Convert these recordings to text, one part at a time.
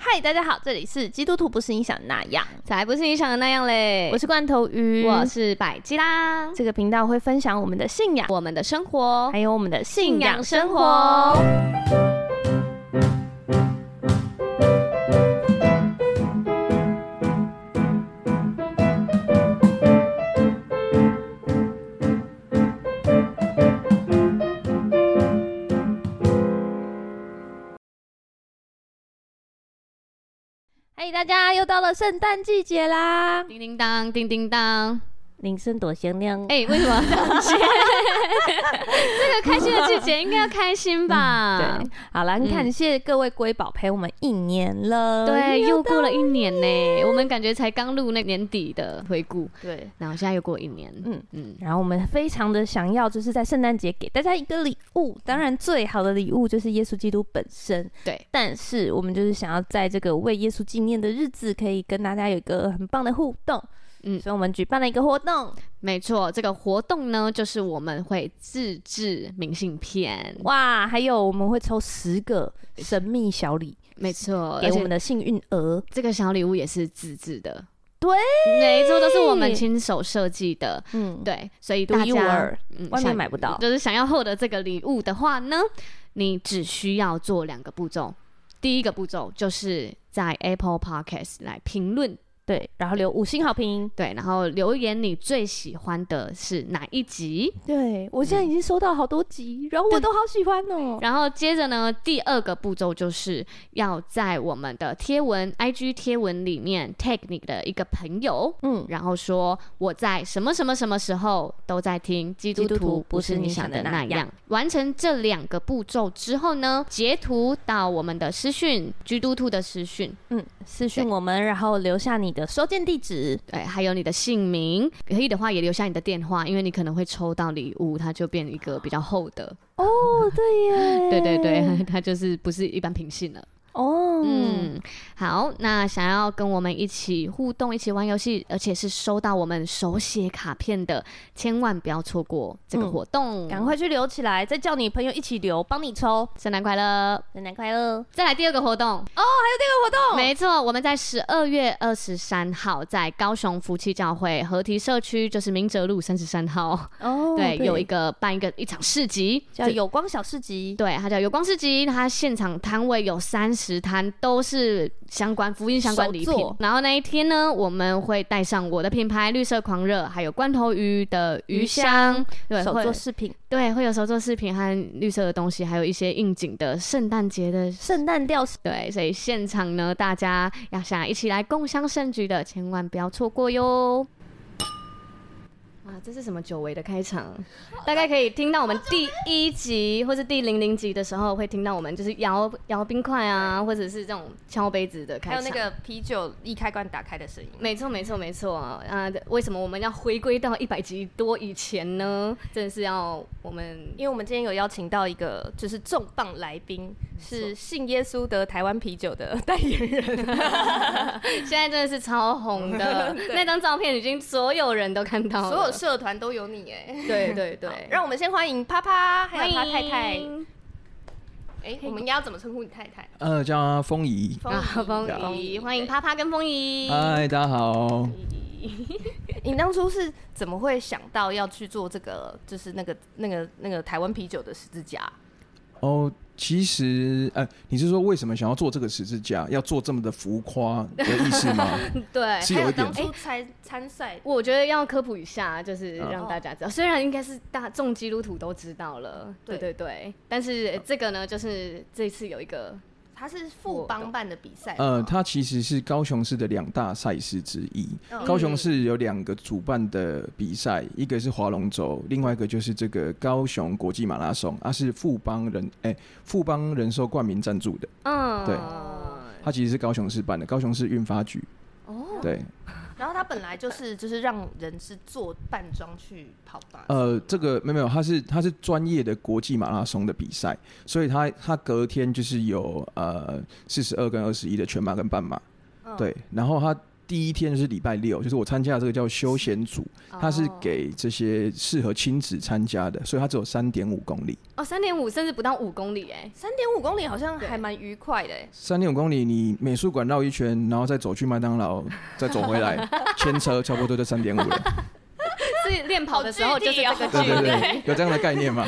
嗨，大家好，这里是基督徒不是你想的那样，才不是你想的那样嘞！我是罐头鱼，我是百吉啦，这个频道会分享我们的信仰，我们的生活还有我们的信信仰仰生生活活。。嗨，大家又到了圣诞季节啦！叮叮当，叮 叮当，铃声多响亮，哎、为什么要这样切？这个开心的季节应该要开 心吧？对，好啦，你看，嗯感谢各位瑰宝陪我们一年了，对，又过了一一年呢，我们感觉才刚录那年底的回顾，对。然后现在又过一年，嗯嗯嗯，然后我们非常的想要，就是在圣诞节给大家一个礼物。当然，最好的礼物就是耶稣基督本身。对，但是我们就是想要在这个为耶稣纪念的日子，可以跟大家有一个很棒的互动。嗯，嗯所以我们举办了一个活动，没错，这个活动呢，就是我们会自制明信片，哇，还有我们会抽十个神秘小礼没错，给哦而我且们的幸运儿。这个小礼物也是自制的，对，没错，都是我们亲手设计的。嗯，对，所以独大一无家二，嗯外面想买不到。就是想要获得这个礼物的话呢，你只需要做两个步骤。第一个步骤就是在 Apple Podcast 来评论，对，然后留五星好评。对，然后留言你最喜欢的是哪一集。对我现在已经收到好多集，然后我都好喜欢哦。然后接着呢，第二个步骤就是要在我们的贴文 IG 贴文里面 tag 你的一个朋友，嗯，然后说我在什么什么什么时候都在听基督基督徒徒不是你想的那不是你想的那样样。完成这两个步骤之后呢，截图到我们的私讯基督徒的私讯，嗯，私讯我们，然后留下你的收件地址。对，哎还有你的姓名，可以的话也留下你的电话，因为你可能会抽到礼物，它就变一个比较厚的。哦，对耶，对对对， 它就是不是一般平信了。哦，嗯，嗯，好，那想要跟我们一起互动、一起玩游戏，而且是收到我们手写卡片的，千万不要错过这个嗯活动，赶快去留起来，再叫你朋友一起留，帮你抽。圣诞快乐！圣诞快乐！再来第二个活动，哦这个活动没错，我们在十二月二十三号在高雄福气教会合体社区，就是明哲路三十三号，哦对，有一个办一个一场市集，叫有光小市集，对，它叫有光市集，它现场摊位有三十摊，都是相关福音相关礼手品作。然后那一天呢，我们会带上我的品牌绿色狂热，还有罐头鱼的鱼鱼香，对，手会作饰品，对会有手作饰品和绿色的东西，还有一些应景的圣诞节的。圣诞吊饰。对，所以现场呢，大家要想一起来共襄盛举的，千万不要错过哟！啊，这是什么久违的开场？大概可以听到我们第一集或是第零零集的时候，会听到我们就是摇摇冰块啊，或者是这种敲杯子的开场。啤酒一开关打开的声音，没错，没错，没错啊！啊为什么我们要回归到一百集多以前呢？真的是要 我们因为我们今天有邀请到一个就是重磅来宾，是信耶稣的台湾啤酒的代言人。现在真的是超 红的对，那张照片已经所有人都看到了，所有社团都有你哎。对对对好，让我们先欢迎啪啪，还有他太太。哎，我们应该要怎么称呼你太太？呃，叫她风仪。风仪 啊，风风仪，仪欢迎啪啪跟风仪。嗨，大家好。你当初是怎么会想到要去做这个，就是那个那个那个台湾啤酒的十字架？哦，其实，呃，你是说为什么想要做这个十字架，要做这么的浮夸的意思吗？对，是还有有一当。点初参参赛，我觉得要科普一下，就是嗯让大家知道，虽然应该是大众基督徒都知道了，对对对对，但是呃这个呢，就是这次有一个他是富邦办的比赛吗。呃，它其实是高雄市的两大赛事之一。嗯高雄市有两个主办的比赛，一个是划龙舟，另外一个就是这个高雄国际马拉松，它、是富邦人哎、富邦人寿冠名赞助的，嗯，对它其实是高雄市办的，高雄市运发局。哦，对，然后他本来就是就是让人是坐扮装去跑吧。呃，这个没有没有，它是它是专业的国际马拉松的比赛，所以它它隔天就是有呃四十二跟二十一的全马跟半马，嗯对，然后它第一天是礼拜六，就是我参加的这个叫休闲组，它是给这些适合亲子参加的，所以它只有三点五公里。哦，三点五甚至不到五公里 哎，三点五公里好像还蛮愉快的、欸，三点五公里，你美术馆绕一圈，然后再走去麦当劳，再走回来，牵车差不多就三点五了。所以练跑的时候就是这个哦对距对离。对，有这样的概念吗？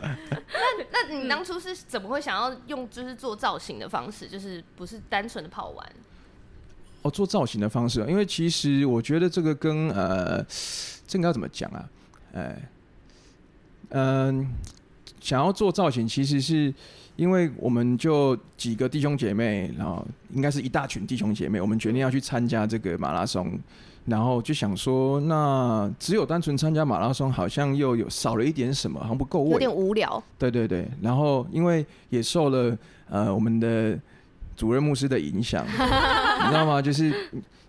那你当初是怎么会想要用就是做造型的方式，就是不是单纯的跑完？哦，做造型的方式啊，因为其实我觉得这个跟呃，这个要怎么讲啊？呃，嗯、想要做造型，其实是因为我们就几个弟兄姐妹，然后应该是一大群弟兄姐妹，我们决定要去参加这个马拉松，然后就想说，那只有单纯参加马拉松，好像又有少了一点什么，好像不够味。有点无聊，对对对，然后因为也受了呃我们的主任牧师的影响，你知道吗？就是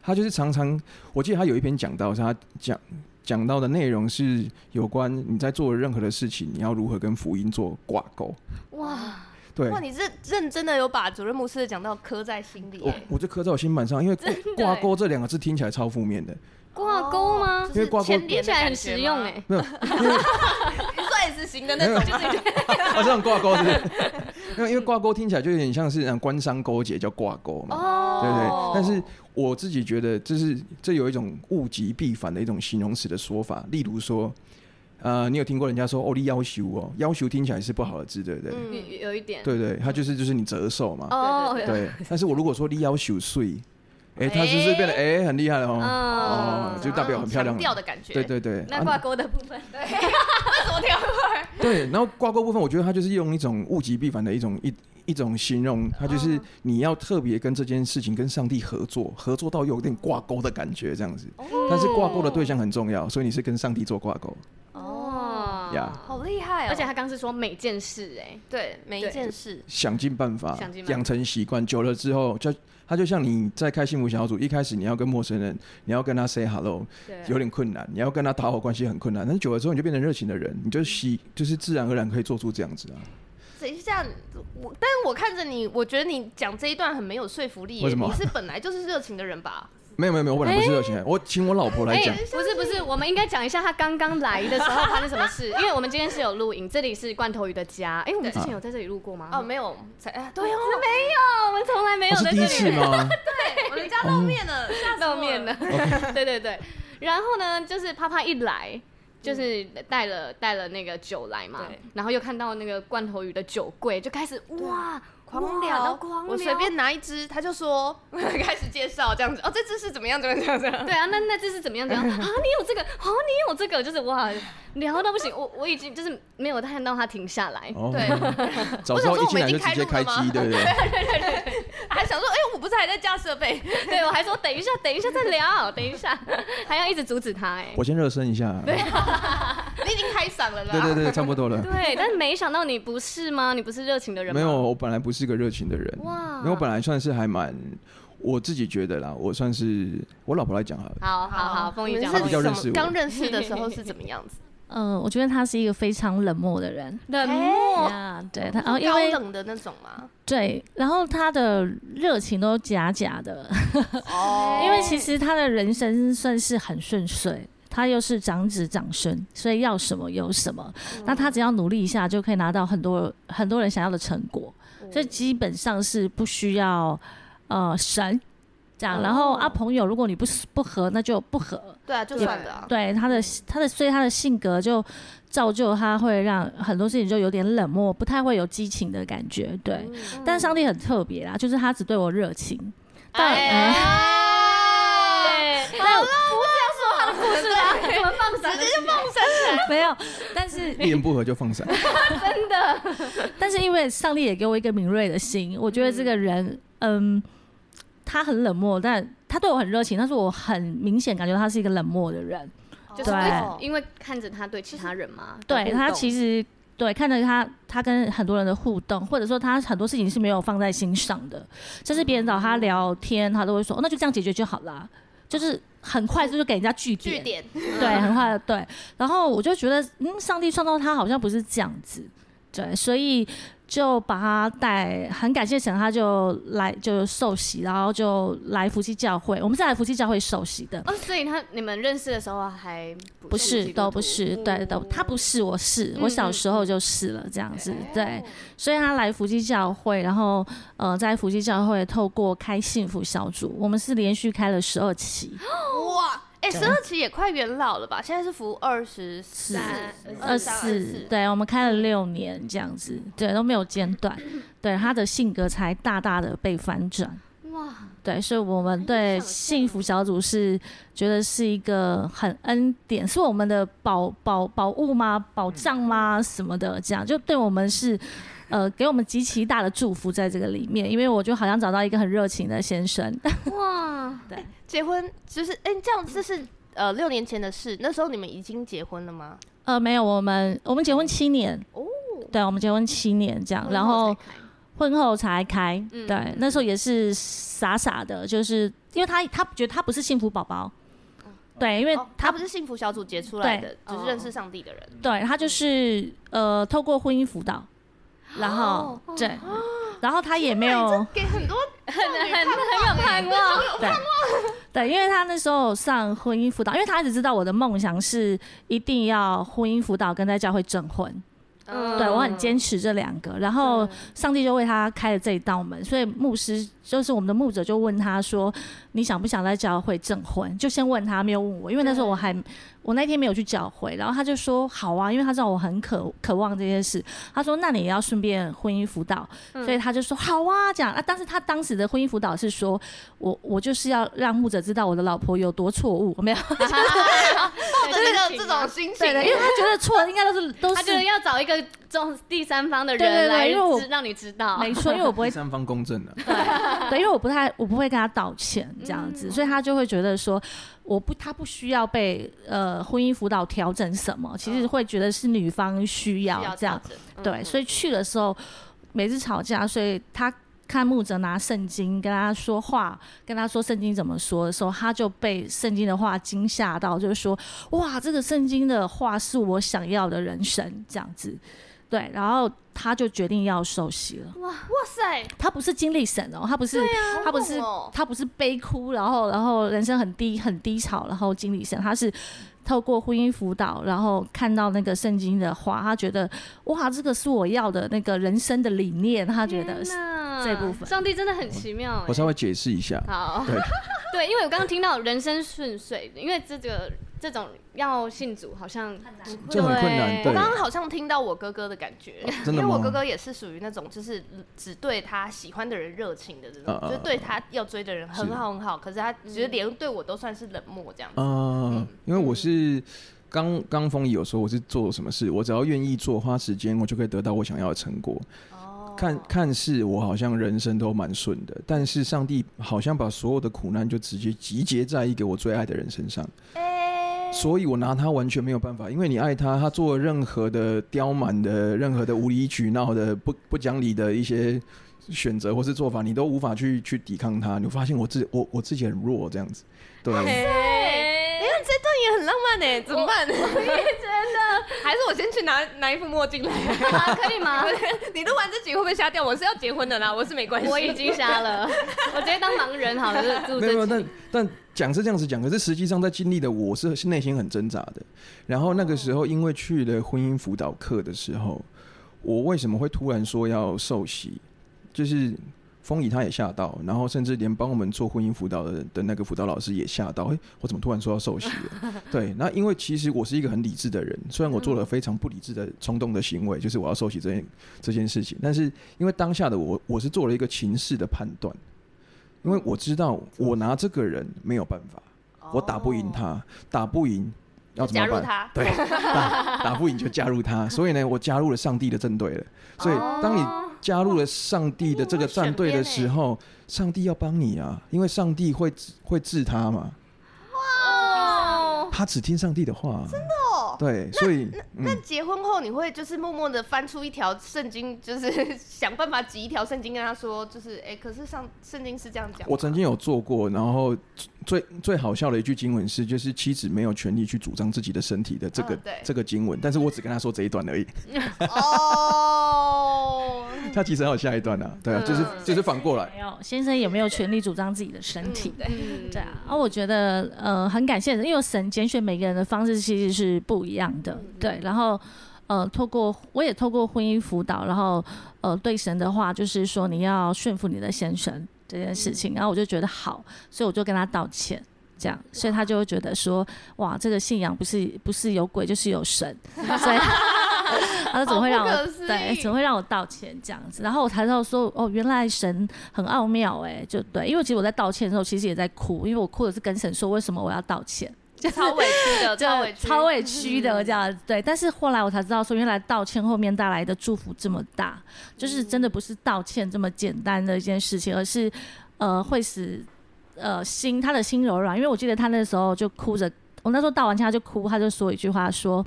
他就是常常，我记得他有一篇讲到，是他讲讲到的内容是有关你在做任何的事情，你要如何跟福音做挂钩。哇，对哇，，你认认真的有把主任牧师的讲到刻在心里、我欸，我就刻在我心板上，因为挂真的挂钩这两个字听起来超负面的， 挂钩吗哦就？因为是挂钩牵连听的起来感很觉实吗用，哎，你说 S 型的那种，就是啊，这种挂钩是不是？因为因为挂钩听起来就有点像是嗯官商勾结叫挂钩 嘛。哦，对对，但是我自己觉得，这是这有一种物极必反的一种形容词的说法。例如说，呃，你有听过人家说“哦，你要求哦”，要求听起来是不好的字，对不对？嗯有有有一点，对对，它就是就是你折寿嘛。嗯哦，有对，但是我如果说“你要求睡”，哎，它就是变得哎、很厉害了哦，哦嗯，就代表很漂亮强调的感觉，对对对，那啊挂钩的部分， 对，昨天 对，然后挂钩部分，我觉得它就是用一种物极必反的一种一一种形容，它哦就是你要特别跟这件事情跟上帝合作，合作到有点挂钩的感觉这样子。但是挂钩的对象很重要，所以你是跟上帝做挂钩。哦呀好厉害哦，而且他刚是说每件事，哎，对每一对件事，想尽办法想尽办法养成习惯，久了之后，就它就像你在开幸福小组，一开始你要跟陌生人，你要跟他 say hello，有对，点困难，你要跟他打好关系很困难，但是久了之后你就变成热情的人，你就习就是自然而然可以做出这样子啊。等一下，我但我看着你，我觉得你讲这一段很没有说服力耶。为什么你是本来就是热情的人 吧？没有没有没有，我本来不是热情人，我请我老婆来哎讲。，不是不是，我们应该讲一下他刚刚来的时候发生什么 事，因为我们今天是有录影，这里是罐头鱼的家，哎，我们之前有在这里录过吗？哦，，没有，才啊，对 哦，没有，我们从来没有哦我是在第这一里次吗？对，我们家露面了，吓死我露面 了。。哦对对对，然后呢，就是啪啪一来。就是嗯带了带了那个酒来嘛对，然后又看到那个罐头鱼的酒柜，就开始哇狂哇聊，都狂聊，我随便拿一支，他就 说开始介绍这样子。哦，这支是怎么样？怎么样？怎么样怎么样？对啊，那那这是怎么样？ 怎么样啊？你有这个，哦，你有这个，就是哇，聊到不行，我我已经就是没有看到他停下来，哦对，早知道一进来就直接开机，对不对？还想说，哎，我不是还在架设备？ 对我还说等一下，等一下再聊，等一下， 还要一直阻止他哎、我先热身一下。对你已经开嗓了啦。对对，差不多了。对，但没想到你不是吗？你不是热情的人吗？没有，我本来不是个热情的人，啊哇因为我本来算是还蛮，我自己觉得啦，我算是我老婆来 讲好了。好好好，风雨你讲们是他比较什认识么？我刚认识的时候是怎么样 子？呃，我觉得他是一个非常冷漠的人冷呀对他，然哦后因高为冷的那种吗？对，然后他的热情都假假的，哦因为其实他的人生算是很顺遂。他又是长子长孙，所以要什么有什么。那他只要努力一下，就可以拿到很多很多人想要的成果。所以基本上是不需要呃神这样。然后啊，朋友，如果你不不合，那就不合。对啊，就算了啊。对他的他的，所以他的性格就造就他会让很多事情就有点冷漠，不太会有激情的感觉。对，但上帝很特别啦，就是他只对我热情。但、哎啊对， 但不是啊， 怎么放闪？直接就放闪， 没有，但是一言不合就放闪，真的。但是因为上帝也给我一个敏锐的心，我觉得这个人，嗯，他很冷漠，但他对我很热情，但是我很明显感觉他是一个冷漠的人。就是对对，因为看着他对其他人嘛，对他其实实对看着他，他跟很多人的互动，或者说他很多事情是没有放在心上的，甚至别人找他聊天，他都会说、哦、那就这样解决就好啦，就是很快就给人家据点，据点，对，很快的嗯对。然后我就觉得，嗯，上帝创造他好像不是这样子，对，所以就把他带，很感谢神，他就来就受洗，然后就来福气教会，我们是来福气教会受洗的，哦，所以他你们认识的时候还不是基督都徒不是，对哦都他不是我是，嗯我嗯小时候就是了这样子，对，所以他来福基教会，然后呃在福基教会透过开幸福小组，我们是连续开了十二期，哦哇，哎，十二期也快元老了吧？现在是服二十四、三二四，，对我们嗯开了六年这样子，对都没有间 断，对他的性格才大大的被翻转。哇，对，所以我们很对有想幸福小组是觉得是一个很恩典，是我们的宝宝宝物吗？宝嗯藏吗？什么的，这样就对我们是。呃，给我们极其大的祝福在这个里面，因为我就好像找到一个很热情的先生， 哇，哎结婚就是哎、这样这是呃六年前的事，那时候你们已经结婚了吗？呃，没有，我们我们结婚七年哦，对，我们结婚七年这样，然后婚后才开，嗯对，那时候也是傻傻的，就是因为他他觉得他不是幸福宝哦宝，对，因为哦他他不是幸福小组结出来的，对就是认识上帝的人。对他就是呃，透过婚姻辅导，然后、对，然后他也没有给很多很有盼望，对对，因为他那时候上婚姻辅导，因为他只知道我的梦想是一定要婚姻辅导跟在教会证婚，嗯对我很坚持这两个，然后上帝就为他开了这一道门，所以牧师就是我们的牧者就问他说：“你想不想在教会证婚？”就先问他，没有问我，因为那时候我还我那天没有去教会，然后他就说：“好啊，因为他知道我很渴渴望这件事。”他说：“那你也要顺便婚姻辅导。”嗯所以他就说：“好啊，这样。”啊，但是他当时的婚姻辅导是说：“我我就是要让牧者知道我的老婆有多错误，没有 嗯 抱这个这种心情啊对，的，因为他觉得错的应该都是都他是就是要找一个中第三方的对对人对来因为我知让你知道，没错，因为我不会第三方公证的， 对，因为我不太，我不会跟他道歉这样子，所以他就会觉得说，我不，他不需要被呃婚姻辅导调整什么，其实会觉得是女方嗯需要嗯这样，嗯对，所以去的时候每次吵架，所以他看牧者拿圣经跟他说话，跟他说圣经怎么说的时候，他就被圣经的话惊吓到，就是说，哇，这个圣经的话是我想要的人生这样子，对，然后他就决定要受洗了。哇塞，他不是经历神哦，他不是，他不是，哦他不是悲哭，然后然后人生很低很低潮，然后经历神，他是透过婚姻辅导，然后看到那个圣经的话，他觉得哇，这个是我要的那个人生的理念，他觉得是这这部分上帝真的很奇妙欸。我稍微解释一下。好对， 对，因为我刚刚听到人生顺遂，因为这个这种要信主好像这很困难对对我刚刚好像听到我哥哥的感觉， 真的因为吗我哥哥也是属于那种就是只对他喜欢的人热情的这种，嗯就是对他要追的人很好很好，可是他其实连对我都算是冷漠这样子。呃，因为我是刚刚风仪有说我是做什么事，我只要愿意做，花时间，我就可以得到我想要的成果。哦看看似我好像人生都蛮顺的，但是上帝好像把所有的苦难就直接集结在一个我最爱的人身上，所以我拿他完全没有办法，因为你爱他，他做任何的刁蛮的、任何的无理取闹的、不不讲理的一些选择或是做法，你都无法去去抵抗他。你会发现我自我我自己很弱这样子，对。哎，哎 这段也很浪漫呢，怎么办？我也觉得， 还是我先去拿拿一副墨镜来。 啊，可以 吗？你录完这集会不会瞎掉？我是要结婚的啦，我是没关系。我已经瞎 了，我直接当盲人好了，就是录没有没这有，但期。但讲是这样子讲，可是实际上在经历的我是内心很挣扎的。然后那个时候，因为去了婚姻辅导课的时候，我为什么会突然说要受洗？就是风仪他也吓到，然后甚至连帮我们做婚姻辅导的的那个辅导老师也吓到，哎、我怎么突然说要受洗了？对，那因为其实我是一个很理智的人，虽然我做了非常不理智的冲动的行为，就是我要受洗这件这件事情，但是因为当下的我，我是做了一个情势的判断，因为我知道嗯我拿这个人没有办法，我打不赢他，打不赢要怎么哦加入办？他，对，打打不赢就加 入他，所以呢，我加入了上帝的战队了。所以当你哦加入了上帝的这个战队的时候，欸上帝要帮你啊，因为上帝会会治他嘛，哦，他只听上帝的话、真的、哦？对，所以嗯那结婚后你会就是默默的翻出一条圣经，就是 想办法挤一条圣经跟他说，就是哎、可是上圣经是这样讲吗。我曾经有做过，然后最最好笑的一句经文是，就是妻子没有权利去主张自己的身体的这个、嗯对这个经文，但是我只跟他说这一段而已。哦， 他其实还有下一段呢、啊，对啊，就是就是反过来，没有先生也没有权利主张自己的身体。嗯对啊，啊，我觉得呃很感谢，因为神拣选每个人的方式其实是不一样嗯的，对。然后呃，透过我也透过婚姻辅导，然后呃对神的话就是说你要顺服你的先生这件事嗯情，然后我就觉得好，所以我就跟他道歉。这样，所以他就会觉得说，哇，这个信仰不是不是有鬼，就是有神，所以 他说怎么会让好我不可思对议，啊怎么会让我道歉这样子？然后我才知道说，哦，原来神很奥妙哎、就对，因为其实我在道歉的时候，其实也在哭，因为我哭的是跟神说为什么我要道歉，超委屈的， 就超委屈，超委屈的这样对。但是后来我才知道说，原来道歉后面带来的祝福这么大，就是真的不是道歉这么简单的一件事情，而是呃会使呃心他的心柔软，因为我记得他那时候就哭着，我那时候道完歉他就哭，他就说一句话说，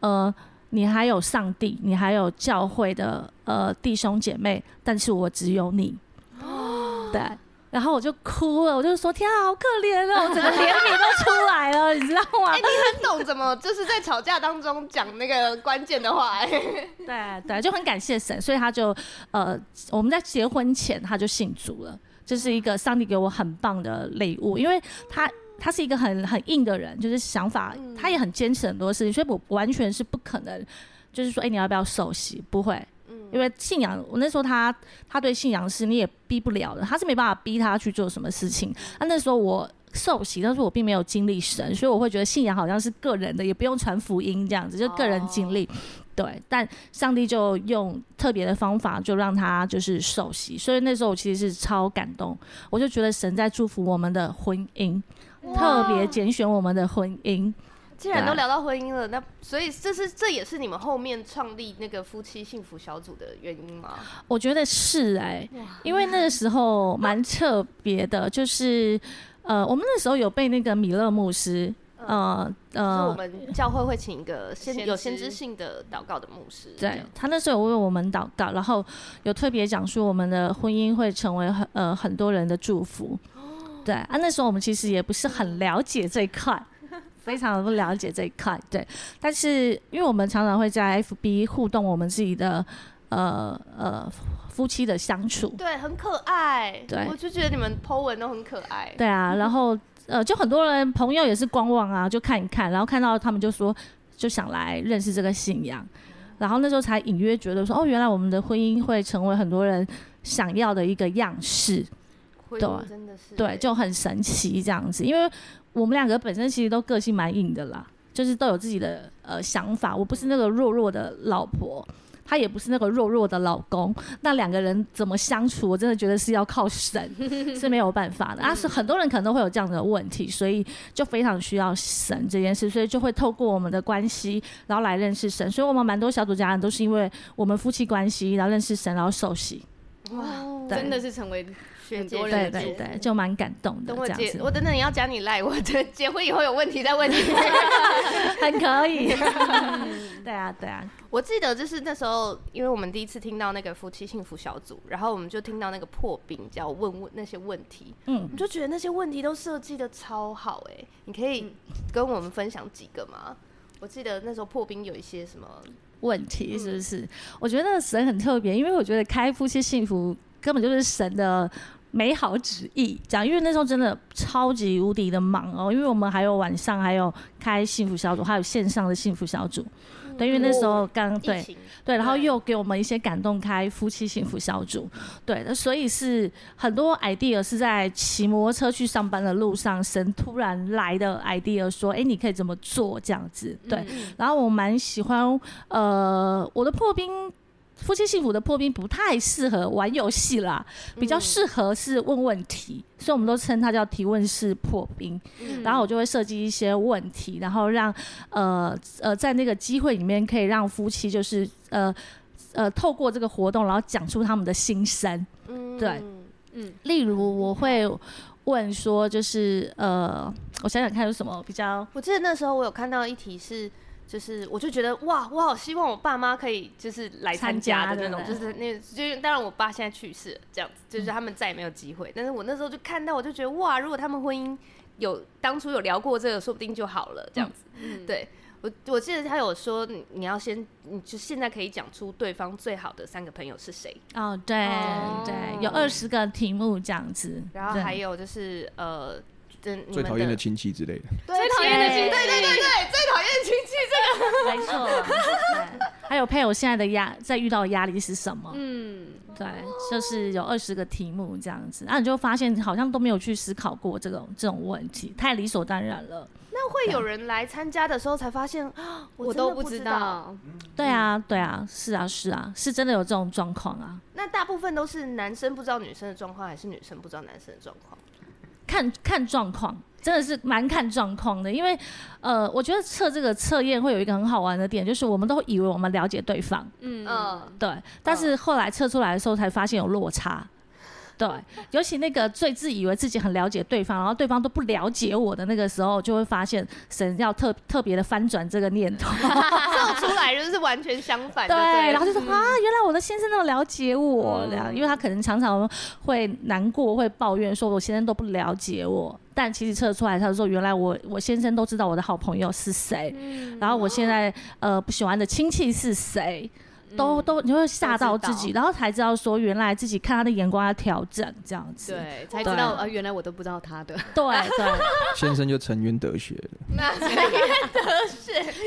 呃。你还有上帝，你还有教会的呃弟兄姐妹，但是我只有你。哦对，然后我就哭了，我就说天啊，好可怜哦，我整个怜悯都出来了，你知道吗？哎、你很懂怎么就是在吵架当中讲那个关键的话、哎，对啊对，就很感谢神，所以他就呃，我们在结婚前他就信主了，这、是一个上帝给我很棒的礼物，因为他。他是一个很很硬的人，就是想法，他也很坚持很多事情，所以我完全是不可能，就是说，哎、你要不要受洗？不会，因为信仰，我那时候他他对信仰是你也逼不了的，他是没办法逼他去做什么事情。啊那、那时候我受洗，但是我并没有经历神，所以我会觉得信仰好像是个人的，也不用传福音这样子，就个人经历。对，但上帝就用特别的方法，就让他就是受洗，所以那时候我其实是超感动，我就觉得神在祝福我们的婚姻，特别拣选我们的婚姻。既然都聊到婚姻了，那所以这是这也是你们后面创立那个夫妻幸福小组的原因吗？我觉得是哎、因为那个时候蛮特别的，就是呃，我们那时候有被那个米勒牧师，呃就是我呃，们教会会请一个先先有先知知性的祷告的牧师，这对样他那时候有为我们祷告，然后有特别讲述我们的婚姻会成为很呃很多人的祝福。哦对啊，那时候我们其实也不是很了解这一 块，非常的不了解这一块。对，但是因为我们常常会在 FB 互动我们自己的呃呃夫妻的相处，对，很可爱，对我就觉得你们 Po 文都很可爱，对啊，然后呃，就很多人朋友也是观望啊，就看一看，然后看到他们就说就想来认识这个信仰，然后那时候才隐约觉得说，哦，原来我们的婚姻会成为很多人想要的一个样式，婚对啊姻真的是对，就很神奇这样子，因为我们两个本身其实都个性蛮硬的啦，就是都有自己的呃想法，我不是那个弱弱的老婆。他也不是那个弱弱的老公，那两个人怎么相处，我真的觉得是要靠神，是没有办法的。啊，是很多人可能都会有这样的问题，所以就非常需要神这件事，所以就会透过我们的关系，然后来认识神。所以我们蛮多小组家人都是因为我们夫妻关系，然后认识神，然后受洗。哇嗯对真的是成为学很姐多对人学的对姐。对，就蛮感动的等我这样结，子。我等等要加你赖，我的结婚以后有问题再问你。 很可以。对啊，对啊，我记得就是那时候，因为我们第一次听到那个夫妻幸福小组，然后我们就听到那个破冰叫问问那些问题，嗯我，就觉得那些问题都设计的超好哎、你可以嗯跟我们分享几个吗？我记得那时候破冰有一些什么，问题是不是？我觉得神很特别，因为我觉得开夫妻幸福根本就是神的。美好旨意，讲，因为那时候真的超级无敌的忙哦，因为我们还有晚上还有开幸福小组，还有线上的幸福小组，对，因为那时候刚对疫情对，然后对又给我们一些感动，开夫妻幸福小组，对，那所以是很多 idea 是在骑摩托车去上班的路上，神突然来的 idea 说，哎，你可以怎么做这样子，对，嗯然后我蛮喜欢，呃，我的破冰。夫妻幸福的破冰不太适合玩游戏啦，比较适合是问问题，所以我们都称它叫提问式破冰。然嗯后我就会设计一些问题，然后让呃呃，在那个机会里面可以让夫妻就是呃呃透过这个活动，然后讲出他们的心声。嗯对例如，我会问说，就是呃，我想想看有什么比较我记得那时候我有看到一题是，就是我就觉得哇，我好希望我爸妈可以就是来参加的那种，参加就的是那就是当然我爸现在去世了，这样子就是他们再也没有机会。但是我那时候就看到，我就嗯觉得哇，如果他们婚姻有当初有聊过这个，说不定就好了，这样子。对我我记得他有说，你你要先，你就现在可以讲出对方最好的三个朋友是谁，哦，对哦对，有二十个题目这样子，然后对还有就是呃，真你最们讨厌的亲戚之类的。最讨厌的亲戚对对对对，最讨厌的亲戚没 错，还有配偶现在的压，在遇到的压力是什么？嗯，对，就是有二十个题目这样子，那、你就发现好像都没有去思考过这种这种问题，太理所当然了。那会有人来参加的时候才发现， 啊我真的都不不知道。道，对啊，对啊，是啊，是啊，是真的有这种状况啊。那大部分都是男生不知道女生的状况，还是女生不知道男生的状况？看看状况，真的是蛮看状况的。因为，呃，我觉得测这个测验会有一个很好玩的点，就是我们都以为我们了解对方，嗯嗯，对，但是后来测出来的时候才发现有落差。对，尤其那个最自以为自己很了解对方，然后对方都不了解我的那个时候，就会发现神要特特别的翻转这个念头。测 出来就是完全相反，对，嗯对，然后就说啊，原来我的先生那么了解我，这样，因为他可能常常会难过，会抱怨说我先生都不了解我，但其实测出来，他说原来我我先生都知道我的好朋友是谁，然后我现在呃不喜欢的亲戚是谁。都都，你会吓到自己，然后嗯才知道说，原来自己看他的眼光要调整这样子。对，才知道呃，原来我都不知道 他的，对对，先生就沉冤得雪了，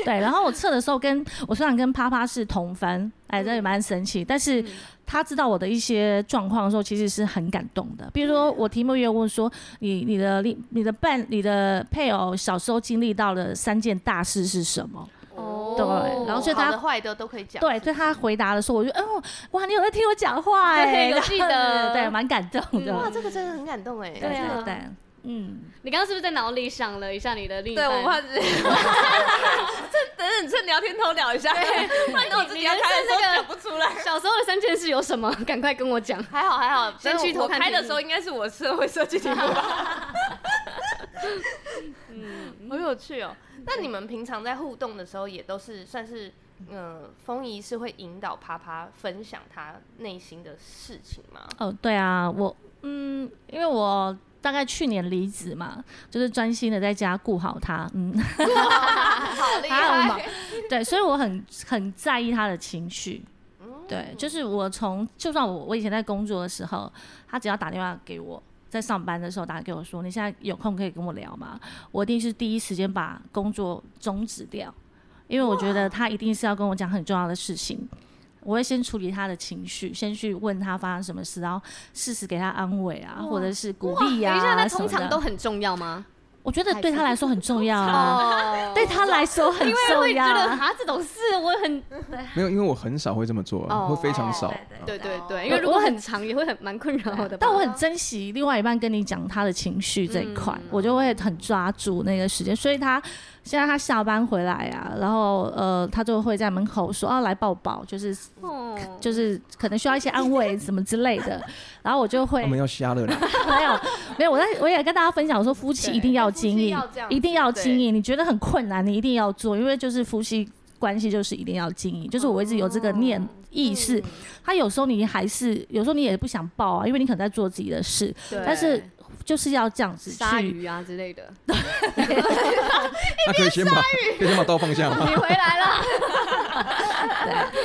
对，然后我测的时候跟我虽然跟啪啪是同分，哎，这也蛮神奇。但是他知道我的一些状况的时候，其实是很感动的。比如说我题目也有问说，你你的另你的伴你的配偶小时候经历到了三件大事是什么？哦对然后所以大好家的坏的都可以讲，对，对他回答的时候，我就哦哇，你有在听我讲话哎、对有记得这样子对，蛮感动的。嗯哇，这个真的很感动哎，对啊这对个对，嗯，你刚刚是不是在脑里想了一下你的另一对，半？我怕是，趁等等趁聊天偷聊一下， 不然等我自己要开的时候讲不出来。小时候的三件事有什么？ 赶快跟我讲。 还好还 好，先去我偷看开的题目时候应该是我社会设计题目 吧？嗯好有趣 哦。那你们平常在互动的时候，也都是算是，嗯、风仪是会引导啪啪分享他内心的事情吗？哦，对啊，我嗯，因为我大概去年离职嘛，就是专心的在家顾好他，嗯，好厉他很害！忙，对，所以我很很在意他的情绪。对，就是我从就算我我以前在工作的时候，他只要打电话给我，在上班的时候打给我说你现在有空可以跟我聊吗？我一定是第一时间把工作终止掉，因为我觉得他一定是要跟我讲很重要的事情。我会先处理他的情绪，先去问他发生什么事，然后适时给他安慰啊，或者是鼓励等呀、一下，啊。那什么通常的都很重要 啊吗？我觉得对他来说很重要啊， 哦，对他来说很重会要觉得啊。啊，这种事我很没有，因为我很少会这么做啊，哦会非常少。啊对对对，因为如果很长也会很蛮困扰的吧。但我很珍惜另外一半跟你讲他的情绪这一块，嗯我就会很抓住那个时间。所以他现在他下班回来啊，然后呃，他就会在门口说啊来抱抱，就是哦，就是可能需要一些安慰什么之类 的。然后我就会他们要瞎了啦，没有没有，我在我也跟大家分享说，夫妻一定要经夫妻营要这样，子一定要经营。你觉得很困难，你一定要做，因为就是夫妻关系就是一定要经营，就是我一直有这个哦念嗯意识。他有时候你还是，有时候你也不想报啊，因为你可能在做自己的事，对但是就是要这样子鲨去。鱼啊之类的，那可以先把可以先把刀放下 吗？你回来了，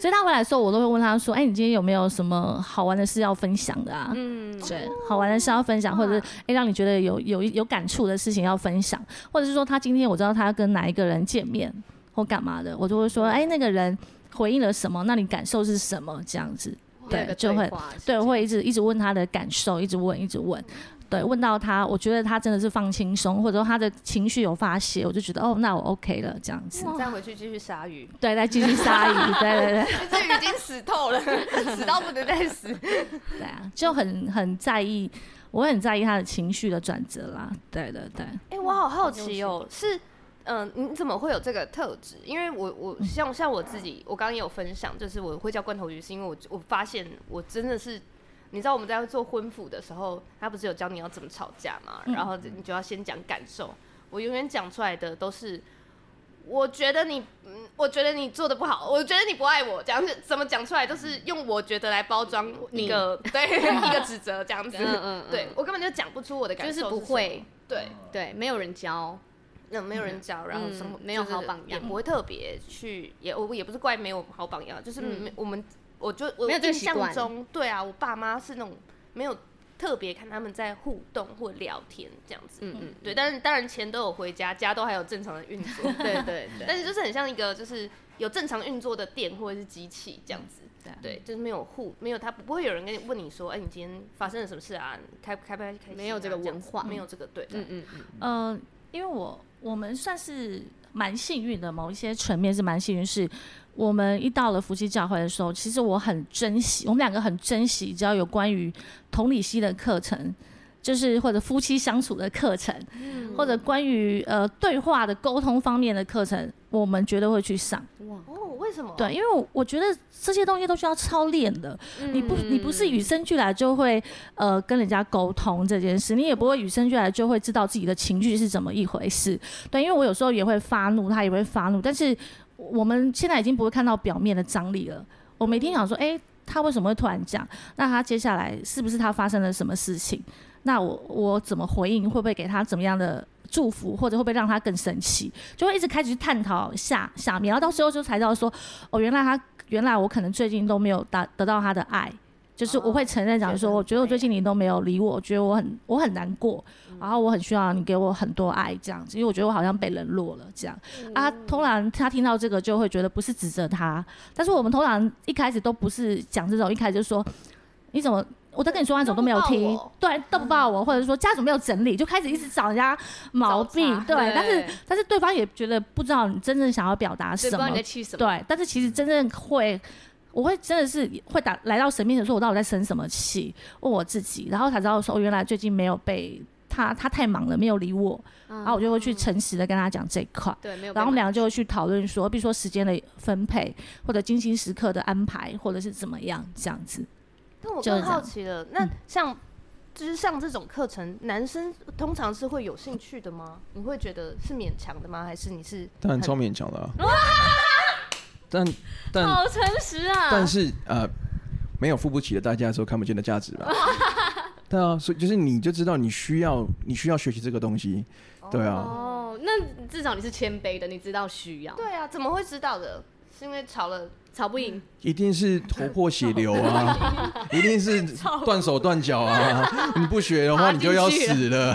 所以他回来的时候，我都会问他说：“哎、你今天有没有什么好玩的事要分享的啊？”嗯，对，好玩的事要分享，或者是哎、让你觉得有有有感触的事情要分享，或者是说他今天我知道他要跟哪一个人见面或干嘛的，我就会说：“哎、那个人回应了什么？那你感受是什么？”这样子。对有个就会话是对，这我样会一直一直问他的感受，一直问，一直问，对，问到他，我觉得他真的是放轻松，或者说他的情绪有发泄，我就觉得哦，那我 OK 了，这样子，再回去继续鲨鱼，对，再继续鲨鱼，对对对 这鱼已经死透了， 死到不能再死。对啊，就很很在意，我很在意他的情绪的转折啦，对对对，哎、我好好奇哦，是，嗯、你怎么会有这个特质？因为我我像像我自己，我刚刚也有分享，就是我会叫罐头鱼，是因为我我发现我真的是，你知道我们在做婚辅的时候，他不是有教你要怎么吵架嘛，然后你就要先讲感受，我永远讲出来的都是。我觉得你，嗯，我觉得你做的不好，我觉得你不爱我，这样子怎么讲出来都是用我觉得来包装一个 对一个指责这样子，嗯嗯嗯对我根本就讲不出我的感就受是什么，不会，对，对，没有人教，那没有人教，然后生活、嗯没有就是好榜也样不会特别去，也我也不是怪没有好榜样，就是嗯没我们我就我没有这个印习惯象中，对啊，我爸妈是那种没有特别看他们在互动或聊天这样子，嗯嗯，对，但是当然钱都有回家，家都还有正常的运作， 对对对，但是就是很像一个就是有正常运作的店或者是机器这样子，嗯啊对，就是没有互没有他不会有人跟你问你说，哎、你今天发生了什么事啊？开开不开心啊、没有这个样文子化没有这个对，嗯嗯嗯，呃，因为我我们算是蛮幸运的，某一些层面是蛮幸运，是我们一到了夫妻教会的时候，其实我很珍惜，我们两个很珍惜，只要有关于同理心的课程。就是或者夫妻相处的课程，或者关于呃对话的沟通方面的课程，我们绝对会去上。哇，哦，为什么？对，因为我我觉得这些东西都需要操练的，你不你不是与生俱来就会呃跟人家沟通这件事，你也不会与生俱来就会知道自己的情绪是怎么一回事。对，因为我有时候也会发怒，他也会发怒，但是我们现在已经不会看到表面的张力了。我每天想说，诶，他为什么会突然讲？那他接下来是不是他发生了什么事情？那我我怎么回应？会不会给他怎么样的祝福，或者会不会让他更生气？就会一直开始去探讨下下面，然后到最后就才知道说，哦，原来他原来我可能最近都没有达得到他的爱，就是我会承认讲说，我觉得我最近你都没有理我，我觉得我很我很难过，然后我很需要你给我很多爱这样子，因为我觉得我好像被冷落了这样。啊，通常他听到这个就会觉得不是指责他，但是我们通常一开始都不是讲这种，一开始就说你怎么。我在跟你说话，你怎么都没有都不听抱我，对，都不抱我，或者说家怎么没有整理，就开始一直找人家毛病，对。但是但是对方也觉得不知道你真正想要表达对不什知道么你在，气什么，对，但是其实真正会，我会真的是会打来到神面前说，我到底在生什么气？问我自己，然后才知道说，哦，原来最近没有被他，他太忙了，没有理我，嗯然后我就会去诚实的跟他讲这一块。对没有被骂，然后我们两个就会去讨论说，比如说时间的分配，或者精心时刻的安排，或者是怎么样这样子。但我就是更这好样嗯奇了，那像就是上这种课程，男生通常是会有兴趣的吗？你会觉得是勉强的吗？还是你是当然很超勉强的、啊。但但好诚实啊，但是呃，没有付不起的代价的时候，看不见的价值 吧。对啊，所以就是你就知道你需要你需要学习这个东西，对啊，哦，那至少你是谦卑的，你知道需要，对啊？怎么会知道的？是因为吵了吵不赢，一定是头破血流 啊，一定是断手断脚啊，你不学的话爬你进就要去了死了，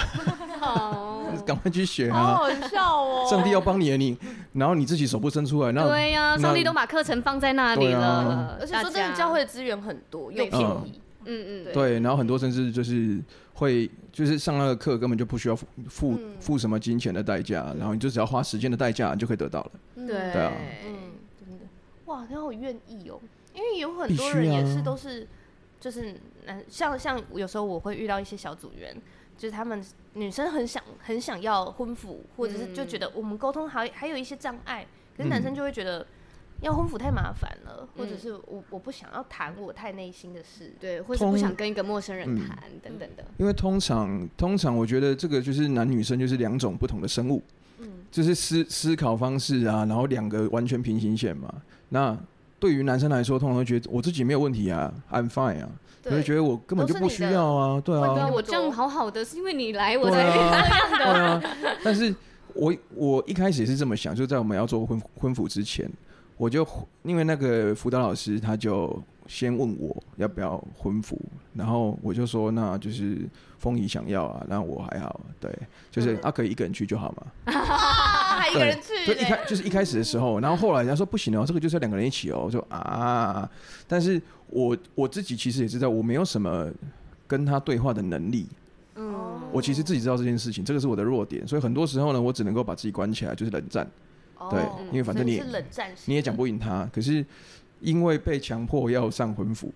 哦， 赶快去学好 啊！好笑哦！上帝要帮你的，你然后你自己手不伸出来， 那对呀，那上帝都把课程放在那里对啊了，而且说真大的，家教会，的资源很多又对便宜，嗯嗯，对，然后很多甚至就是会，就是上那个课根本就不需要付付嗯付什么金钱的代价，然后你就只要花时间的代价你就可以得到了。对对啊嗯，真的，哇，你好愿意哦，因为有很必多须人也啊是都是就是男，像像有时候我会遇到一些小组员，就是他们女生很想很想要婚服，或者是就觉得我们沟通还还有一些障碍，可是男生嗯就会觉得。要婚服太麻烦了，或者嗯是我我不想要谈我太内心的事。对，或是不通想跟一个陌生人嗯谈等等的，因为通常通常我觉得这个就是男女生就是两种不同的生物，嗯就是思思考方式啊，然后两个完全平行线嘛。那对于男生来说，通常会觉得我自己没有问题啊，I'm fine 啊，我就觉得我根本就不需要啊，对问题啊那，我么这样多好好的，是因为你来我对才啊，对啊。但是我我一开始也是这么想，就在我们要做婚婚服之前，我就因为那个辅导老师他就先问我要不要婚服，然后我就说那就是风仪想要啊，那我还好，对，就是啊可以一个人去就好嘛。啊，还一个对人去就嘞一开就是一开始的时候，然后后来人家说不行哦，这个就是要两个人一起哦，我就啊，但是我我自己其实也知道我没有什么跟他对话的能力，嗯，我其实自己知道这件事情，这个是我的弱点，所以很多时候呢，我只能够把自己关起来，就是冷战。对哦因为反正所以你是冷战型，你也讲不赢他，可是因为被强迫要上婚服，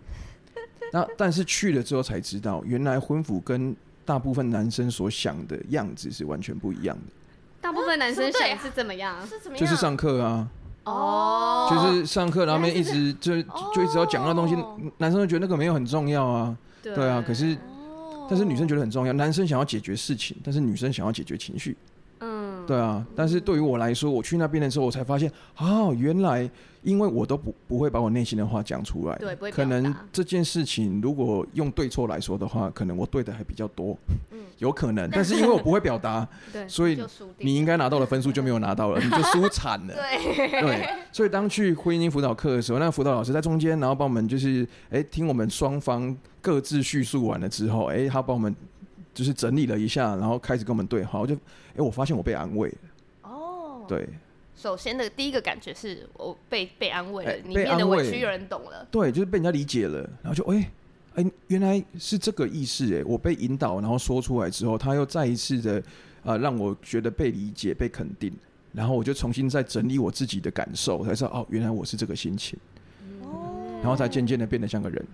那但是去了之后才知道，原来婚服跟大部分男生所想的样子是完全不一样的，大部分男生什么对想啊是怎么样？是怎么样？就是上课啊，哦，就是上课，然后面一直就就一直要讲那东西哦，男生就觉得那个没有很重要啊，对啊，可是哦，但是女生觉得很重要，男生想要解决事情，但是女生想要解决情绪，嗯，对啊，但是对于我来说，我去那边的时候，我才发现，哦，原来因为我都不不会把我内心的话讲出来，对不会可表达能这件事情如果用对错来说的话，可能我对的还比较多，嗯有可 能，但是因为我不会表达，对，所以就输定你应该拿到的分数就没有拿到了，你 就输惨了。对，对，所以当去婚姻辅导课的时候，那个辅导老师在中间，然后帮我们就是，哎、听我们双方各自叙述完了之后，哎、他帮我们就是整理了一下，然后开始跟我们对话。我就，哎、我发现我被安慰了，哦，对首先的第一个感觉是我被被安慰了，哎里被面的安慰委屈有人懂了，对，就是被人家理解了，然后就，哎、哎、原来是这个意思，哎，我被引导，然后说出来之后，他又再一次的，呃，让我觉得被理解、被肯定，然后我就重新再整理我自己的感受，才知道，哦，原来我是这个心情，然后才渐渐的变得像个人。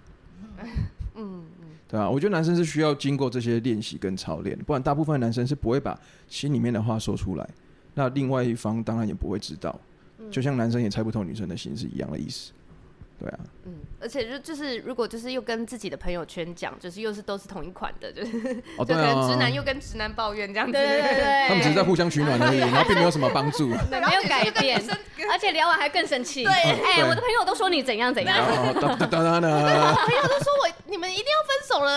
嗯，对啊，我觉得男生是需要经过这些练习跟操练，不然大部分男生是不会把心里面的话说出来，那另外一方当然也不会知道，嗯就像男生也猜不透女生的心是一样的意思。对啊，嗯，而且就就是如果就是又跟自己的朋友圈讲，就是又是都是同一款的，就是、哦就对可能啊，直男又跟直男抱怨这样子，对对对 对，他们只是在互相取暖而已，然后并没有什么帮助。对没有改变，而且聊完还更生气。对，哎、对我的朋友都说你怎样怎样，然后哒哒哒哒哒，就说我你们一定要分手了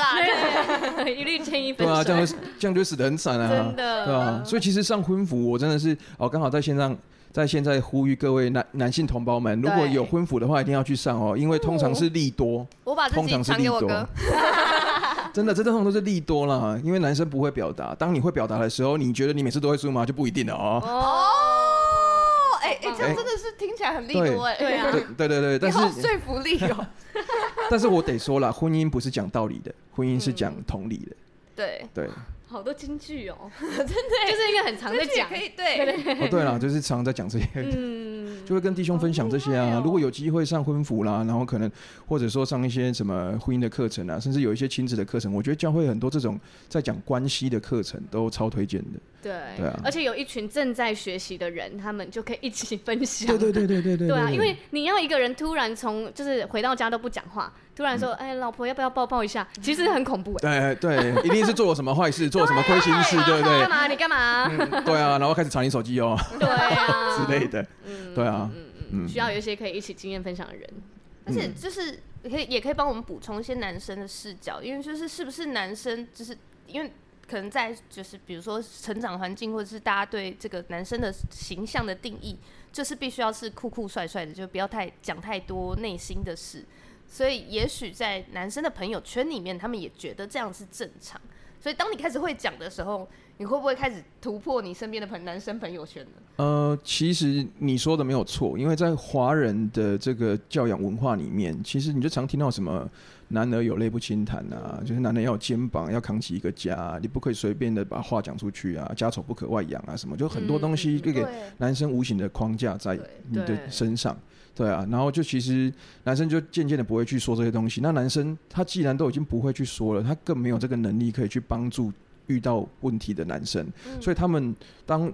啦，一律建议分对手。啊，这样会这样就会死得很惨啊，真的对啊，所以其实上婚服我真的是哦，刚好在线上。在现在呼吁各位男男性同胞们，如果对有婚服的话，一定要去上哦，因为通常是利多，我把自通己常是传利给我多哥，， 真的，这通常都是利多啦，因为男生不会表达。当你会表达的时候，你觉得你每次都会输吗？就不一定了哦。哦，哎、哎、这哎样真的是听起来很利多哎、对啊，对对对对，但你好是说服力 哦，但是我得说了，婚姻不是讲道理的，婚姻是讲同理的。对，对，好多金句哦， 真的就是一个很常在也讲可。以对，哦对 了，就是常常在讲这些，嗯， 就会跟弟兄分享这些啊。如果有机会上婚服啦，然后可能或者说上一些什么婚姻的课程啊，甚至有一些亲子的课程，我觉得教会很多这种在讲关系的课程都超推荐的。对，对啊而且有一群正在学习的人，他们就可以一起分享。对对对对对对对啊，因为你要一个人突然从就是回到家都不讲话，突然嗯说：“哎、老婆要不要抱抱一下？”其实很恐怖哎、对对，一定是做了什么坏事，做了什么亏心事，对不对干？嘛？你干嘛？嗯对啊，然后开始查你手机哦 对啊，之类的，对啊，嗯需要有一些可以一起经验分享的人。而且就是可以也可以帮我们补充一些男生的视角，因为就是是不是男生，就是因为可能在就是比如说成长环境，或者是大家对这个男生的形象的定义，就是必须要是酷酷帅帅的，就不要太讲太多内心的事。所以也许在男生的朋友圈里面，他们也觉得这样是正常。所以当你开始会讲的时候，你会不会开始突破你身边的朋男生朋友圈呢？呃，其实你说的没有错，因为在华人的这个教养文化里面，其实你就常听到什么“男儿有泪不轻弹”啊，就是男人要有肩膀，要扛起一个家啊、你不可以随便的把话讲出去啊，家丑不可外扬啊，什么，就很多东西就给男生无形的框架在对你的对身上。对啊，然后就其实男生就渐渐的不会去说这些东西。那男生他既然都已经不会去说了，他更没有这个能力可以去帮助遇到问题的男生，嗯所以他们当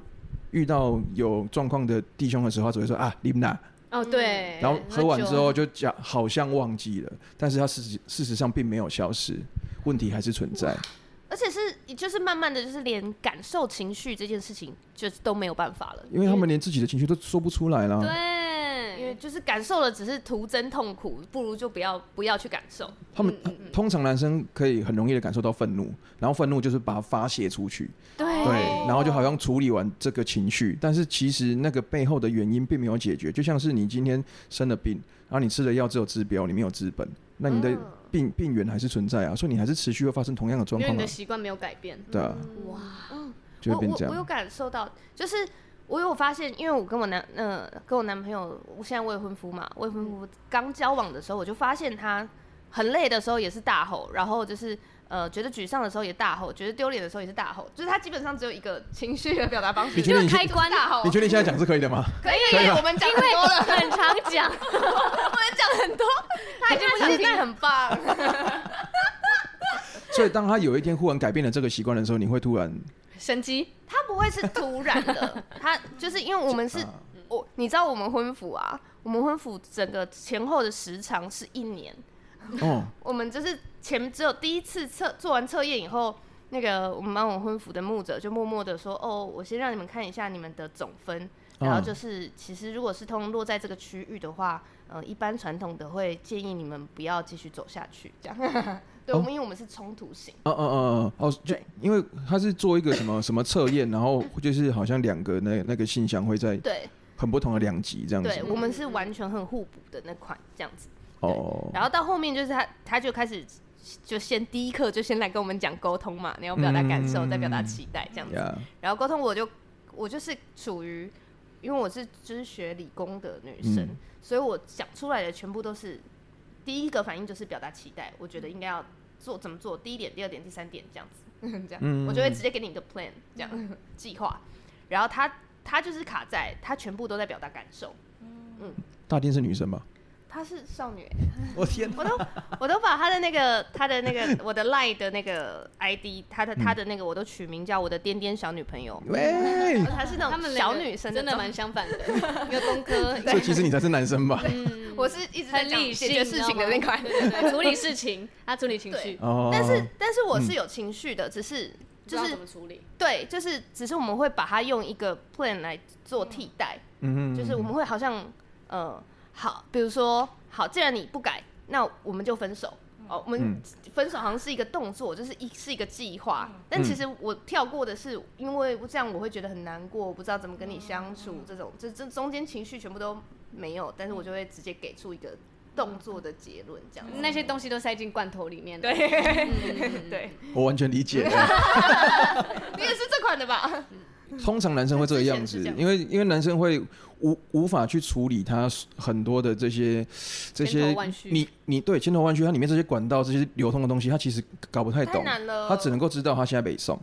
遇到有状况的弟兄的时候，他只会说啊，你们呐，哦，对。然后喝完之那后就讲好像忘记了，啊但是他事实事实上并没有消失，问题还是存在。而且是就是慢慢的就是连感受情绪这件事情就是都没有办法了，因为他们连自己的情绪都说不出来就，啦，对，因为就是感受了只是徒增痛苦，不如就不要不要去感受。他嗯们通常男生可以很容易的感受到愤怒，然后愤怒就是把它发泄出去，对对，然后就好像处理完这个情绪，但是其实那个背后的原因并没有解决，就像是你今天生了病，然后你吃的药只有治标，你没有治本，那你的嗯病、病源还是存在啊，所以你还是持续会发生同样的状因为况你啊的，习惯没有改变。对啊，哇，就会变这我我我有样。感受到，就是我有发现，因为我跟我男呃跟我男朋友，我现在未婚夫嘛，未婚夫刚交往的时候，我就发现他很累的时候也是大吼，然后就是呃觉得沮丧的时候也大吼，觉得丢脸的时候也是大吼，就是他基本上只有一个情绪的表达方式， 你觉得你就是开关大吼你。确定现在讲是可以的吗？可以，可以，我们讲很 多了，很常讲， 我们讲很多，他就现在很棒。所以当他有一天忽然改变了这个习惯的时候，你会突然神机 他不会是突然 的，他就是因为我们是啊，我你知道我们婚服啊，我们婚服整个前后的时长是一年，哦，我们就是前只有第一次测做完测验以后，那个我们芒种婚服的牧者就默默的说：“哦，我先让你们看一下你们的总分，然后嗯就是其实如果是通落在这个区域的话，呃，一般传统的会建议你们不要继续走下去，这样。 对，我们因为我们是冲突型，哦哦哦哦，就对因为他是做一个 什么什么测验，然后就是好像两个那那个信箱会在对很不同的两极这样子。对，我们是完全很互补的那款这样子。哦，然后到后面就是他他就开始就先第一课就先来跟我们讲沟通嘛，你要表达感受，嗯再表达期待这样子。呀，然后沟通我就我就是处于，因为我是就是学理工的女生，嗯所以我讲出来的全部都是第一个反应就是表达期待，我觉得应该要做怎么做，第一点、第二点、第三点这样子， 这样、嗯我就会直接给你一个 plan 这样、计划，然后他他就是卡在他全部都在表达感受，大丁是女生吧？她是少女欸、 我天，我都我都把他的那个他的那个我的 line 的那个 ID，他的他的那个我都取名叫我的颠颠小女朋友，嗯喂，她是那他种们小女生真的的蛮相 反的，嗯一个工科，所以其实你才是男生吧？我是一直在很讲理解性决事情的那块，对对对， 处理事情，他处理情绪，哦，嗯但是但是我是有情绪的，只是不就知道是怎么处理。对，就是只是我们会把它用一个 plan 来做替代，嗯就是我们会好像呃好，比如说好，既然你不改，那我们就分手。哦，我们嗯分手好像是一个动作，就是一是一个计划，但嗯其实我跳过的是，因为这样我会觉得很难过，我不知道怎么跟你相处，这种这这中间情绪全部都没有，但是我就会直接给出一个动作的结论，这样子。那些东西都塞进罐头里面嗯的，对对，我完全 理解。你也是这款的吧？通常男生会这个样嗯之前子是，这样因为因为男生会无无法去处理他很多的这些这千些头万绪，你你对千头万绪，它里面这些管道这些流通的东西，他其实搞不太太懂，难了，嗯他只能够知道他现在北宋，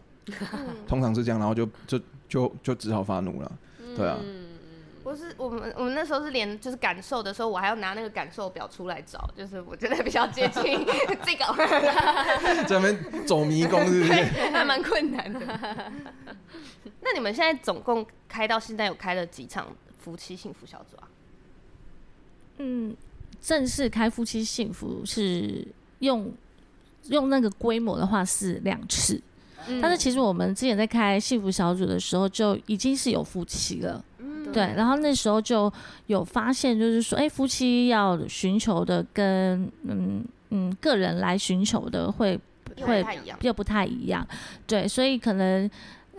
通常是这样，然后就就就就只好发怒了，嗯对啊， 我是我们我们那时候是连就是感受的时候，我还要拿那个感受表出来找，就是我觉得比较接近 这个，在那边走迷宫是不 是？还蛮困难的。那你们现在总共开到现在有开了几场夫妻幸福小组啊？嗯，正式开夫妻幸福是用用那个规模的话是两次，嗯但是其实我们之前在开幸福小组的时候就已经是有夫妻了，嗯对，然后那时候就有发现，就是说，哎、夫妻要寻求的跟嗯嗯个人来寻求的会又会不太一样，又不太一样，对，所以可能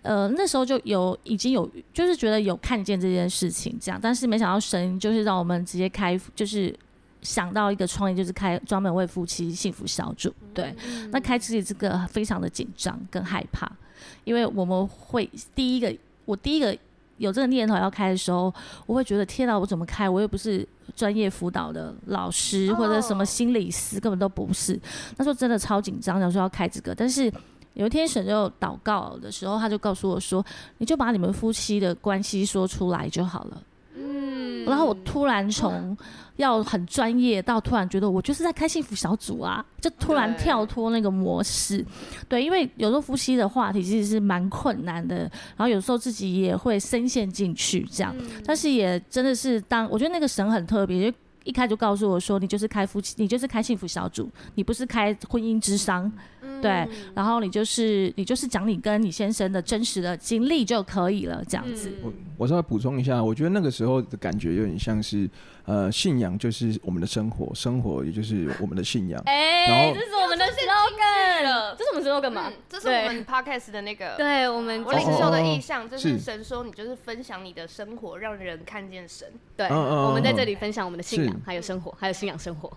呃那时候就有已经有就是觉得有看见这件事情这样，但是没想到神就是让我们直接开就是。想到一个创意，就是开专门为夫妻幸福小组。对，那开始这个非常的紧张跟害怕，因为我们会第一个，我第一个有这个念头要开的时候，我会觉得天哪，我怎么开？我又不是专业辅导的老师哦或者什么心理师，根本都不是。那时候真的超紧张，想说要开这个，但是有一天神就祷告的时候，他就告诉我说：“你就把你们夫妻的关系说出来就好了。”嗯，然后我突然从要很专业到突然觉得我就是在开幸福小组啊，就突然对跳脱那个模式。对，因为有时候夫妻的话题其实是蛮困难的，然后有时候自己也会深陷进去这嗯样，但是也真的是当我觉得那个神很特别，就一开始就告诉我说，你就是开夫妻，你就是开幸福小组，你不是开婚姻之商，嗯对，然后你就是你就是讲你跟你先生的真实的经历就可以了，这样子。我我稍微补充一下，我觉得那个时候的感觉有点像是，呃，信仰就是我们的生活，生活也就是我们的信仰。然哎，后这是我们的 slogan，这是我们 slogan 嘛嗯？，这是我们 podcast 的那个。对，我们我哦领哦受哦的哦意向就是是神说你就是分享你的生活，让人看见神。对，嗯嗯我们在嗯这里分享我们的信仰是，还有生活，还有信仰生活。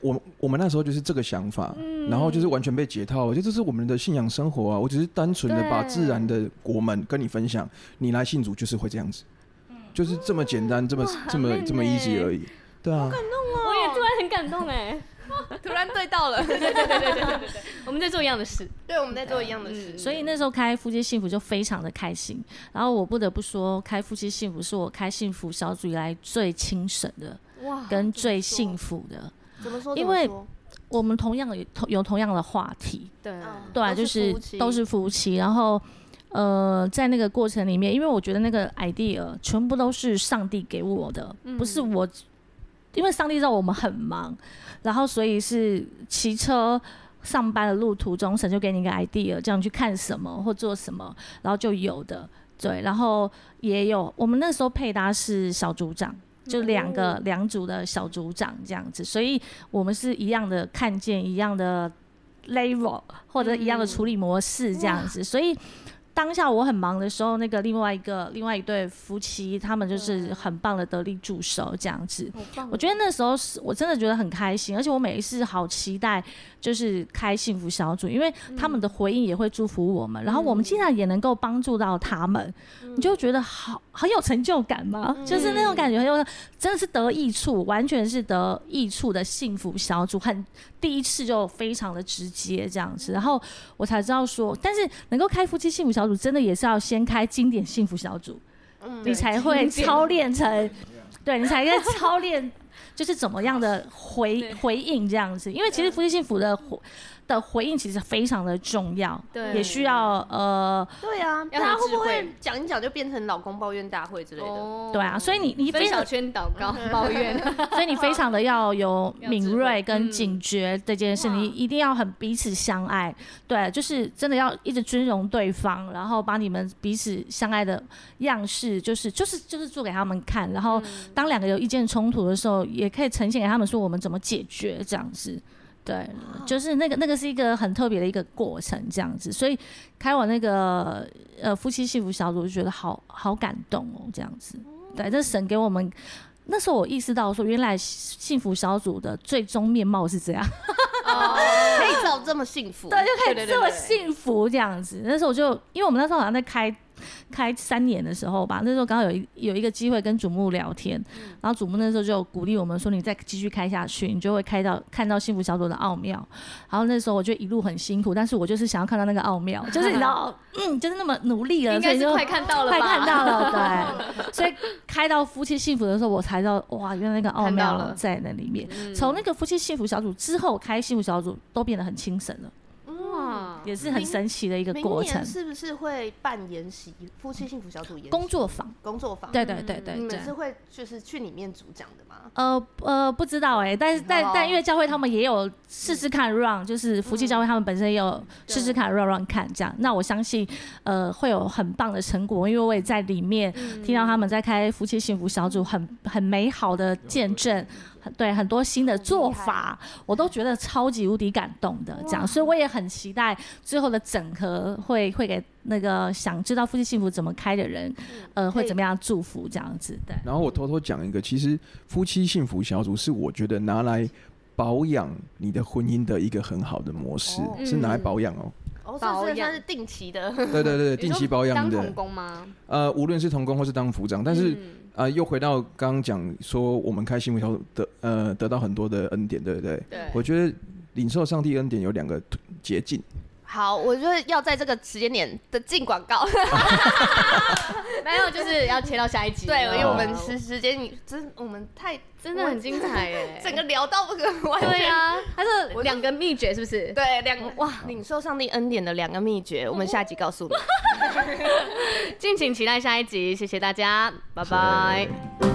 我我们那时候就是这个想法，嗯然后就是完全被解套。我觉得这是我们的信仰生活啊，我只是单纯的对把自然的国门跟你分享，你来信主就是会这样子，嗯就是这么简单，这么这么棒这么耶 easy 而已。对啊，我也突然很感动哎，突然 对到了，我们在做一样的事，对，我们在做一样的事。所以那时候开夫妻幸福就非常的开心，然后我不得不说，开夫妻幸福是我开幸福小组以来最精神的，哇，跟最幸福的。怎么说？因为我们同样有同有同样的话题，对，对啊，都就是是夫妻都是夫妻，然后呃，在那个过程里面，因为我觉得那个 idea 全部都是上帝给我的，嗯不是我，因为上帝让我们很忙，然后所以是骑车。上班的路途中，神就给你一个 idea，这样去看什么或做什么，然后就有的。对，然后也有我们那时候配搭是小组长，就两个嗯两组的小组长这样子，所以我们是一样的看见一样的 level 或者一样的处理模式这样子，所以。当下我很忙的时候，那个另外一个另外一对夫妻，他们就是很棒的得力助手这样子。我觉得那时候是我真的觉得很开心，而且我每一次好期待就是开幸福小组，因为他们的回应也会祝福我们，然后我们竟然也能够帮助到他们，你就觉得好很有成就感嘛，就是那种感觉很有，真的是得益处，完全是得益处的幸福小组，很第一次就非常的直接这样子，然后我才知道说，但是能够开夫妻幸福小组，真的也是要先开经典幸福小组，嗯你才会操练成，对你才会操练， 就是怎么样的回回应这样子，因为其实夫妻幸福的回的回应其实非常的重要，对也需要呃，对啊，要大家有会智不慧会讲一讲就变成老公抱怨大会之类哦的？对啊，所以你你分非小常，圈祷告抱怨，所以你非常的要有要敏智慧锐跟嗯警觉这件事，你一定要很彼此相爱，对，就是真的要一直尊荣对方，然后把你们彼此相爱的样式，就是就是就是做给他们看，然嗯后当两个有意见冲突的时候，也可以呈现给他们说我们怎么解决这样子。对，就是那个那个是一个很特别的一个过程，这样子，所以开完那个呃夫妻幸福小组，就觉得好好感动哦，这样子。对，这神给我们那时候我意识到说，原来幸福小组的最终面貌是这样。可以造这么幸福？ 对，就可对以这么对幸福这样子。那时候我就，因为我们那时候好像在开开三年的时候吧，那时候刚好有一有一个机会跟祖母聊天，嗯然后祖母那时候就鼓励我们说，你再继续开下去，你就会开到看到幸福小组的奥妙。然后那时候我就一路很辛苦，但是我就是想要看到那个奥妙，就是你知道， 嗯，就是那么努力了，应所该以是就快看到了吧？快看 到了，哦对。所以开到夫妻幸福的时候，我才知道哇，原来那个奥看到妙了嗯在那里面。从那个夫妻幸福小组之后，开幸福小组都变得很精神哦了，哇，也是很神奇的一个嗯明过程年。是不是会办研习？夫妻幸福小组研习工作坊，工作坊？对对对对你对们。是会就是去里面主讲的吗？呃呃，不知道哎、但是但哦但因为教会他们也有试试看 run，就是福气教会他们本身也有试试嗯看 run run 看这样。那我相信呃会有很棒的成果，因为我也在里面听到他们在开夫妻幸福小组很很美好的见证，很对很多新的做法，我都觉得超级无敌感动的这样，所以我也很期待最后的整合会会给那个想知道夫妻幸福怎么开的人，呃会怎么样祝福这样子对。然后我偷偷讲一个，其实夫妻幸福小组是我觉得拿来保养你的婚姻的一个很好的模式，哦是拿来保养哦。哦，保所以养这算是定期的，对对对，定期保养嗯你说当童的。工吗？呃，无论是童工或是当副长，但是嗯啊、呃又回到刚刚讲说，我们开幸福小组得呃得到很多的恩典，对不对？对我觉得领受上帝恩典有两个途捷径， 好，我觉得要在这个时间点的进广告。没有，就是要切到下一集了。对，因为我们哇时时间你真我们太真的很精彩耶，整个聊到不可完全对啊，它是两个秘诀是不是？对两哇，领受上帝恩典的两个秘诀，我们下集告诉你。敬请期待下一集，谢谢大家，拜拜。对